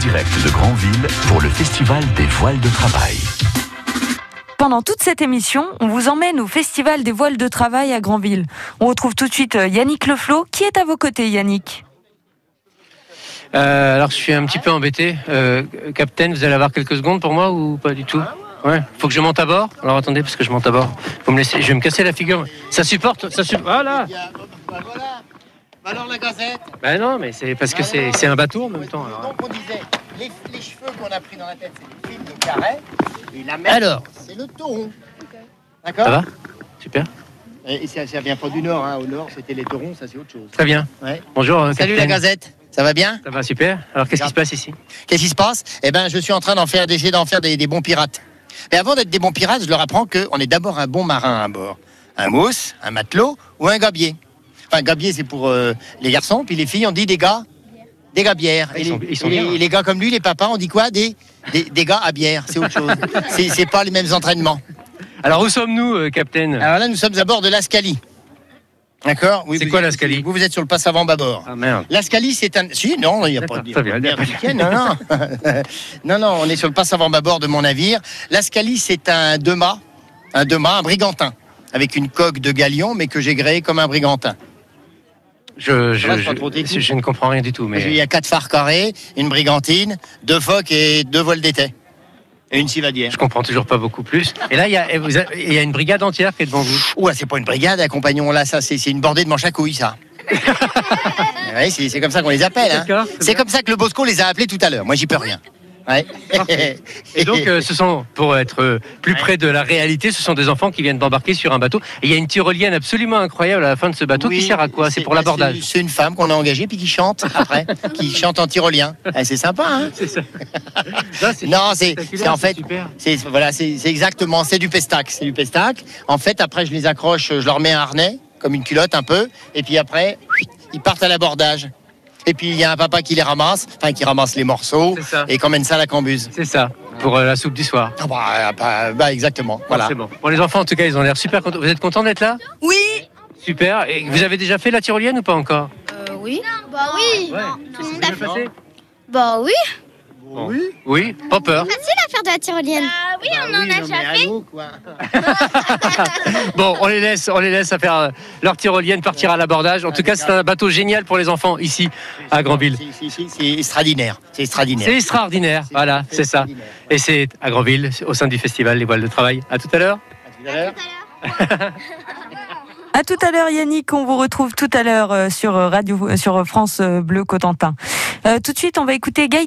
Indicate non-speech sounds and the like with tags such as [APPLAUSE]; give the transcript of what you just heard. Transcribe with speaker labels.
Speaker 1: direct de Granville pour le Festival des voiles de travail.
Speaker 2: Pendant toute cette émission, on vous emmène au Festival des voiles de travail à Granville. On retrouve tout de suite euh, Yannick Leflot. Qui est à vos côtés, Yannick
Speaker 3: Euh, alors, je suis un petit peu embêté. Euh, Captain, vous allez avoir quelques secondes pour moi ou pas du tout Ouais. Faut que je monte à bord. Alors attendez, parce que je monte à bord. Vous me laissez, je vais me casser la figure. Ça supporte, ça supporte. Voilà.
Speaker 4: Voilà. Alors la gazette,
Speaker 3: Bah non, mais c'est parce que c'est c'est un bateau en même temps. alors. hein.
Speaker 4: donc on disait, les, les cheveux qu'on a pris dans la tête, c'est les fils de carré, et la mer,
Speaker 3: Alors,
Speaker 4: c'est le taureau.
Speaker 3: ça
Speaker 4: D'accord
Speaker 3: va Super.
Speaker 4: Et et ça, ça vient pas du nord, hein. au nord c'était les taurons, ça c'est autre chose.
Speaker 3: Très bien.
Speaker 4: Ouais.
Speaker 3: Bonjour. euh,
Speaker 4: Salut la
Speaker 3: Captain.
Speaker 4: gazette, ça va bien
Speaker 3: Ça va super. Alors qu'est-ce qui se passe ici
Speaker 4: Qu'est-ce qui se passe Eh ben, je suis en train d'en faire, d'essayer d'en faire des, des bons pirates. Mais avant d'être des bons pirates, je leur apprends qu'on est d'abord un bon marin à bord. Un mousse, un matelot ou un gabier. Enfin, gabier, c'est pour euh, les garçons, puis les filles, on dit des gars. Des gars bières.
Speaker 3: Ils
Speaker 4: et, les,
Speaker 3: sont- ils sont
Speaker 4: et les-
Speaker 3: bien, hein.
Speaker 4: et les gars comme lui, les papas, on dit quoi des, des, des gars à bière, c'est autre chose.
Speaker 3: [LAUGHS]
Speaker 4: C'est c'est pas les mêmes entraînements.
Speaker 3: Alors où sommes-nous, euh, Captain
Speaker 4: Alors là, nous sommes à bord de l'Ascali. D'accord
Speaker 3: C'est
Speaker 4: vous-
Speaker 3: quoi l'Ascali
Speaker 4: Vous, vous êtes sur le passe avant bâbord.
Speaker 3: Ah merde.
Speaker 4: L'Ascali, c'est un. Si, non, il n'y a pas de
Speaker 3: D'accord, très bien.
Speaker 4: il y a pas de week-end, non, non.
Speaker 3: [LAUGHS]
Speaker 4: non, non, on est sur le passe avant bâbord de mon navire. L'Ascali, c'est un deux-mâts, un deux-mâts, un brigantin, avec une coque de galion, mais que j'ai gréé comme un brigantin.
Speaker 3: Je
Speaker 4: Ça va,
Speaker 3: je,
Speaker 4: c'est pas trop
Speaker 3: je,
Speaker 4: technique.
Speaker 3: je ne comprends rien du tout.
Speaker 4: Il y
Speaker 3: Mais
Speaker 4: a quatre phares carrés, une brigantine, deux phoques et deux voiles d'été. Et une civadière.
Speaker 3: je comprends toujours pas beaucoup plus. Et là, il y a, et vous a- il y a une brigade entière qui est devant vous.
Speaker 4: Ouah, c'est pas une brigade, accompagnons-la, ça, c'est c'est une bordée de manches à couilles,
Speaker 3: [LAUGHS]
Speaker 4: ça. ouais, c'est c'est comme ça qu'on les appelle. hein.
Speaker 3: D'accord, très
Speaker 4: C'est
Speaker 3: bien.
Speaker 4: comme ça que le Bosco les a appelés tout à l'heure. Moi, j'y peux rien. Ouais. [LAUGHS]
Speaker 3: Et donc, euh, ce sont, pour être euh, plus près de la réalité, ce sont des enfants qui viennent d'embarquer sur un bateau. Et il y a une tyrolienne absolument incroyable à la fin de ce bateau
Speaker 4: Oui,
Speaker 3: qui sert à quoi C'est pour
Speaker 4: bah,
Speaker 3: l'abordage.
Speaker 4: c'est- C'est une femme qu'on a engagée puis qui chante
Speaker 3: [LAUGHS]
Speaker 4: après, qui chante en tyrolien. Eh, c'est sympa, hein
Speaker 3: C'est
Speaker 4: [LAUGHS]
Speaker 3: ça. Ça, c'est
Speaker 4: Non, c'est
Speaker 3: spectaculaire,
Speaker 4: c'est en fait,
Speaker 3: super.
Speaker 4: c'est voilà, c'est c'est exactement, c'est du pestac, c'est du pestac. En fait, après, je les accroche, je leur mets un harnais comme une culotte un peu, et puis après, ils partent à l'abordage. Et puis il y a un papa qui les ramasse, enfin qui ramasse les morceaux
Speaker 3: C'est ça.
Speaker 4: et qui emmène ça à la cambuse.
Speaker 3: C'est ça, pour euh, la soupe du soir.
Speaker 4: Ah bah, bah, bah, exactement, voilà.
Speaker 3: Ah, C'est bon. Bon, les enfants, en tout cas, ils ont l'air super contents. Vous êtes contents d'être là
Speaker 5: Oui
Speaker 3: Super. Et vous avez déjà fait la tyrolienne ou pas encore
Speaker 5: euh, Oui.
Speaker 6: Bah oui.
Speaker 3: Ça s'est
Speaker 6: non.
Speaker 3: bien passé
Speaker 6: Bah oui.
Speaker 3: Oui, pas peur.
Speaker 6: Faire de la tyrolienne. Bah, oui, hein. on en a déjà fait.
Speaker 3: Bon, on les laisse, on les laisse à faire euh, leur tyrolienne, partir à l'abordage. En tout cas, c'est un bateau génial pour les enfants ici à Granville.
Speaker 4: C'est- c'est- C'est extraordinaire, c'est
Speaker 3: C'est
Speaker 4: extraordinaire.
Speaker 3: extraordinaire, voilà, c'est ça.
Speaker 4: extraordinaire.
Speaker 3: Et c'est à Granville, au sein du festival Les Voiles de Travail. À tout à l'heure.
Speaker 4: À tout à l'heure.
Speaker 2: À tout à l'heure, Yannick. On vous retrouve tout à l'heure euh, sur euh, Radio, euh, sur France euh, Bleu Cotentin. Euh, tout de suite, on va écouter Gaëtan.